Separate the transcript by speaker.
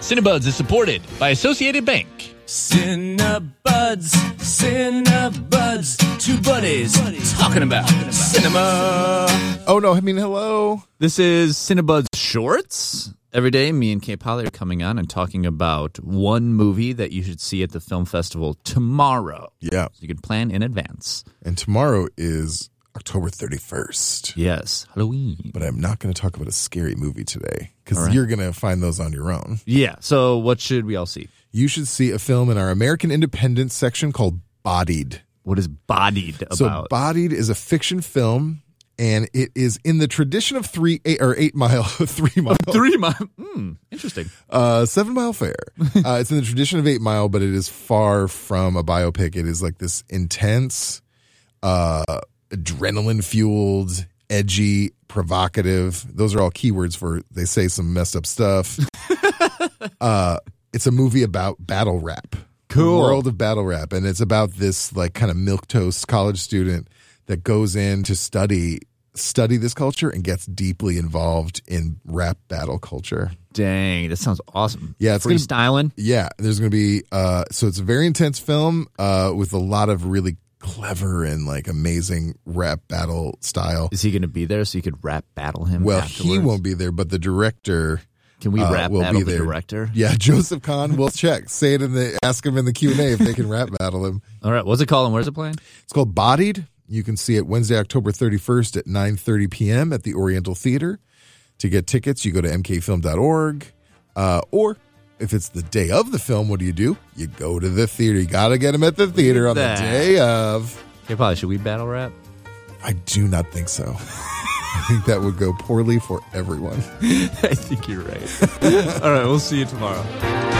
Speaker 1: Cinebuds is supported by Associated Bank.
Speaker 2: Cinebuds, Cinebuds, two buddies talking about cinema.
Speaker 3: Oh no, I mean hello.
Speaker 4: This is Cinebuds Shorts. Every day, me and Kay Polly are coming on and talking about one movie that you should see at the film festival tomorrow.
Speaker 3: Yeah.
Speaker 4: So you can plan in advance.
Speaker 3: And tomorrow is October 31st.
Speaker 4: Yes, Halloween.
Speaker 3: But I'm not going to talk about a scary movie today cuz
Speaker 4: right.
Speaker 3: you're going to find those on your own.
Speaker 4: Yeah. So what should we all see?
Speaker 3: You should see a film in our American Independence section called Bodied.
Speaker 4: What is Bodied about?
Speaker 3: So Bodied is a fiction film and it is in the tradition of 3 eight, or 8 mile 3 mile
Speaker 4: Three months. Hmm. Interesting.
Speaker 3: Uh, Seven Mile Fair. Uh, it's in the tradition of Eight Mile, but it is far from a biopic. It is like this intense, uh, adrenaline fueled, edgy, provocative. Those are all keywords for they say some messed up stuff. uh, it's a movie about battle rap.
Speaker 4: Cool.
Speaker 3: The world of battle rap. And it's about this like kind of milk toast college student that goes in to study study this culture and gets deeply involved in rap battle culture.
Speaker 4: Dang, that sounds awesome.
Speaker 3: Yeah, it's gonna-
Speaker 4: freestyling.
Speaker 3: Yeah, there's going to be uh so it's a very intense film uh with a lot of really clever and like amazing rap battle style.
Speaker 4: Is he going to be there so you could rap battle him?
Speaker 3: Well, he
Speaker 4: afterwards?
Speaker 3: won't be there, but the director
Speaker 4: Can we
Speaker 3: uh,
Speaker 4: rap
Speaker 3: will
Speaker 4: battle
Speaker 3: be
Speaker 4: the
Speaker 3: there.
Speaker 4: director?
Speaker 3: Yeah, Joseph Kahn will check. Say it in the ask him in the Q&A if they can rap battle him.
Speaker 4: All right. What's it called and where's it playing?
Speaker 3: It's called Bodied. You can see it Wednesday, October 31st at 9:30 p.m. at the Oriental Theater. To get tickets, you go to mkfilm.org uh, or if it's the day of the film, what do you do? You go to the theater. You got to get them at the theater on
Speaker 4: that.
Speaker 3: the day of.
Speaker 4: Okay, probably should we battle rap?
Speaker 3: I do not think so. I think that would go poorly for everyone.
Speaker 4: I think you're right. All right, we'll see you tomorrow.